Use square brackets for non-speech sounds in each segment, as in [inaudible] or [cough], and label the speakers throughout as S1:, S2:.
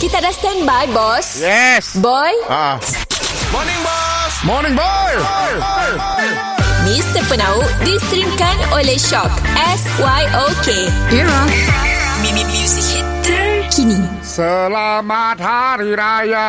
S1: Kita dah standby, bos.
S2: Yes.
S1: Boy,
S2: Ah.
S3: Morning, boss.
S2: Morning, boy.
S1: Mr. Penau distrimkan oleh Shock. S-Y-O-K. Era. Mimi Music Hit terkini.
S2: Selamat Hari Raya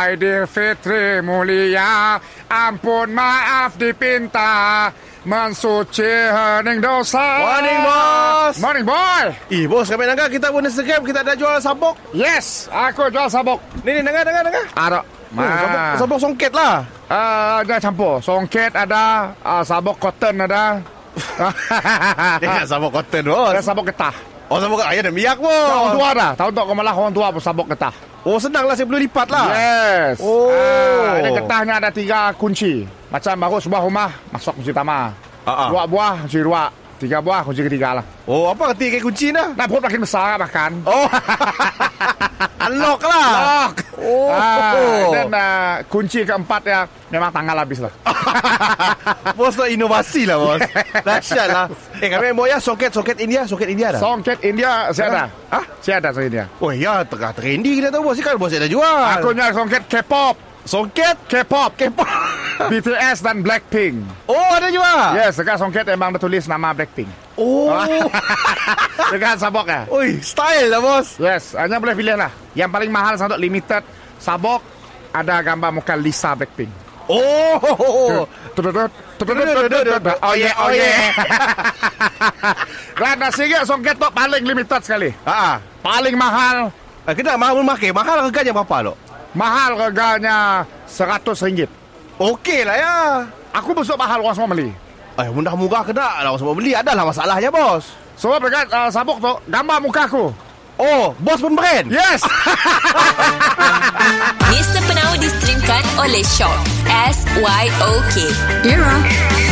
S2: Aidilfitri mulia. Ampun maaf dipinta. Mensuci hening dosa.
S3: Morning, boss.
S2: Morning, boy.
S3: Eh, bos, kami dengar kita pun Instagram kita ada jual sabuk.
S2: Yes, aku jual sabuk.
S3: Ni, ni, dengar, dengar, dengar.
S2: Ada.
S3: Ma. Oh, sabuk, sabuk songket lah.
S2: Ah, ada campur. Songket ada, ah, sabuk cotton
S3: [laughs]
S2: ada.
S3: Dia kan sabuk cotton, bos.
S2: ada sabuk getah.
S3: Oh, sabuk ayah dan miak,
S2: Orang
S3: bos.
S2: tua dah. Tahu tak kau malah orang tua pun sabuk getah.
S3: Oh, senang lah. Saya boleh lipat lah.
S2: Yes.
S3: Oh.
S2: Ah, ini getahnya ada tiga kunci. Macam baru sebuah rumah masuk kunci utama.
S3: Ah, ah.
S2: Dua buah kunci dua. Tiga buah kunci ketiga lah.
S3: Oh, apa kata ikat kunci dah?
S2: Nah, perut makin besar lah makan.
S3: Oh. Unlock lah.
S2: Lock.
S3: Oh.
S2: Ah, dan ah, kunci keempat ya memang tangan habis lah.
S3: [laughs] bos tu inovasi lah, bos. Dahsyat lah. Eh, kami mau ya songket-songket India. Songket India dah.
S2: Songket India saya ada.
S3: Ah?
S2: Saya ada saya India.
S3: Oh, ya. Tengah trendy kita tahu, bos. Kan bos ada jual.
S2: Aku nyari songket K-pop.
S3: Songket.
S2: K-pop.
S3: Kepak.
S2: BTS dan Blackpink.
S3: Oh, ada jual.
S2: Yes, dekat songket emang dia tulis nama
S3: [laughs]
S2: Blackpink.
S3: Oh. [laughs]
S2: Dekat sabok ya.
S3: Oi, style lah bos.
S2: Yes, hanya boleh pilih lah. Yang paling mahal sangat limited sabok ada gambar muka Lisa Blackpink.
S3: Oh.
S2: Tududut, tududut, tududut. Oh yeah, oh yeah. Dan nasi [laughs] gak songket tu paling limited sekali.
S3: Ha.
S2: Paling mahal,
S3: Ah, kena mahal pun makan. Mahal harganya berapa lo?
S2: mahal harganya RM100.
S3: Okey lah ya.
S2: Aku besok mahal orang semua beli.
S3: Eh, mudah-murah kena lah semua beli. Adalah masalahnya bos.
S2: Sebab dekat uh, sabuk tu gambar muka aku.
S3: Oh, bos pun brand.
S2: Yes.
S1: Mr. Penau distrimkan oleh Shock. S-Y-O-K. Era.